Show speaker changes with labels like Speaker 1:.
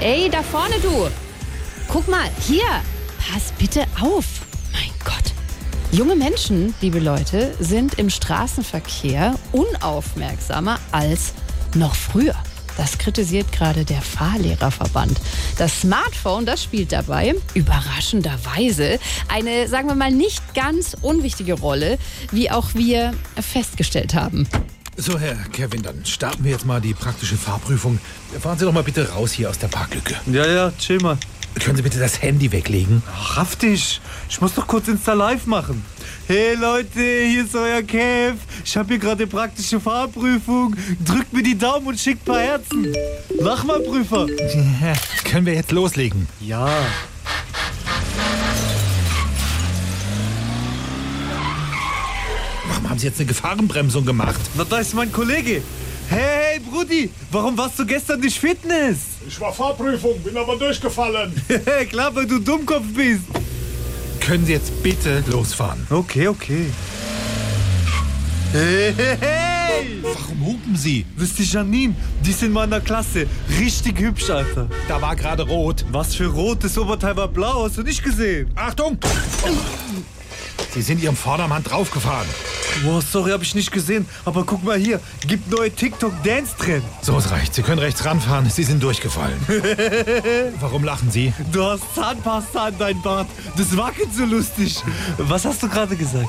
Speaker 1: Ey, da vorne du. Guck mal, hier. Pass bitte auf. Mein Gott. Junge Menschen, liebe Leute, sind im Straßenverkehr unaufmerksamer als noch früher. Das kritisiert gerade der Fahrlehrerverband. Das Smartphone, das spielt dabei überraschenderweise eine, sagen wir mal, nicht ganz unwichtige Rolle, wie auch wir festgestellt haben.
Speaker 2: So, Herr Kevin, dann starten wir jetzt mal die praktische Fahrprüfung. Fahren Sie doch mal bitte raus hier aus der Parklücke.
Speaker 3: Ja, ja, chill mal.
Speaker 2: Können Sie bitte das Handy weglegen?
Speaker 3: Ach, raff dich. Ich muss doch kurz Insta Live machen. Hey Leute, hier ist euer Kev. Ich habe hier gerade eine praktische Fahrprüfung. Drückt mir die Daumen und schickt ein paar Herzen. Lach mal, Prüfer.
Speaker 2: Können wir jetzt loslegen?
Speaker 3: Ja.
Speaker 2: Warum haben Sie jetzt eine Gefahrenbremsung gemacht?
Speaker 3: Na, da ist mein Kollege. Hey, hey, Brudi, warum warst du gestern nicht Fitness?
Speaker 4: Ich war Fahrprüfung, bin aber durchgefallen.
Speaker 3: Klar, weil du Dummkopf bist.
Speaker 2: Können Sie jetzt bitte losfahren?
Speaker 3: Okay, okay. Hey, hey, hey.
Speaker 2: Warum hupen Sie?
Speaker 3: Wisst ihr, Janine, die ist in meiner Klasse. Richtig hübsch, Alter.
Speaker 2: Da war gerade rot.
Speaker 3: Was für rot, das Oberteil war blau, hast du nicht gesehen?
Speaker 2: Achtung! Sie sind Ihrem Vordermann draufgefahren.
Speaker 3: Boah, sorry, hab ich nicht gesehen. Aber guck mal hier, gibt neue TikTok-Dance-Trend.
Speaker 2: So, es reicht. Sie können rechts ranfahren. Sie sind durchgefallen. Warum lachen Sie?
Speaker 3: Du hast Zahnpasta an deinem Bart. Das wackelt so lustig. Was hast du gerade gesagt?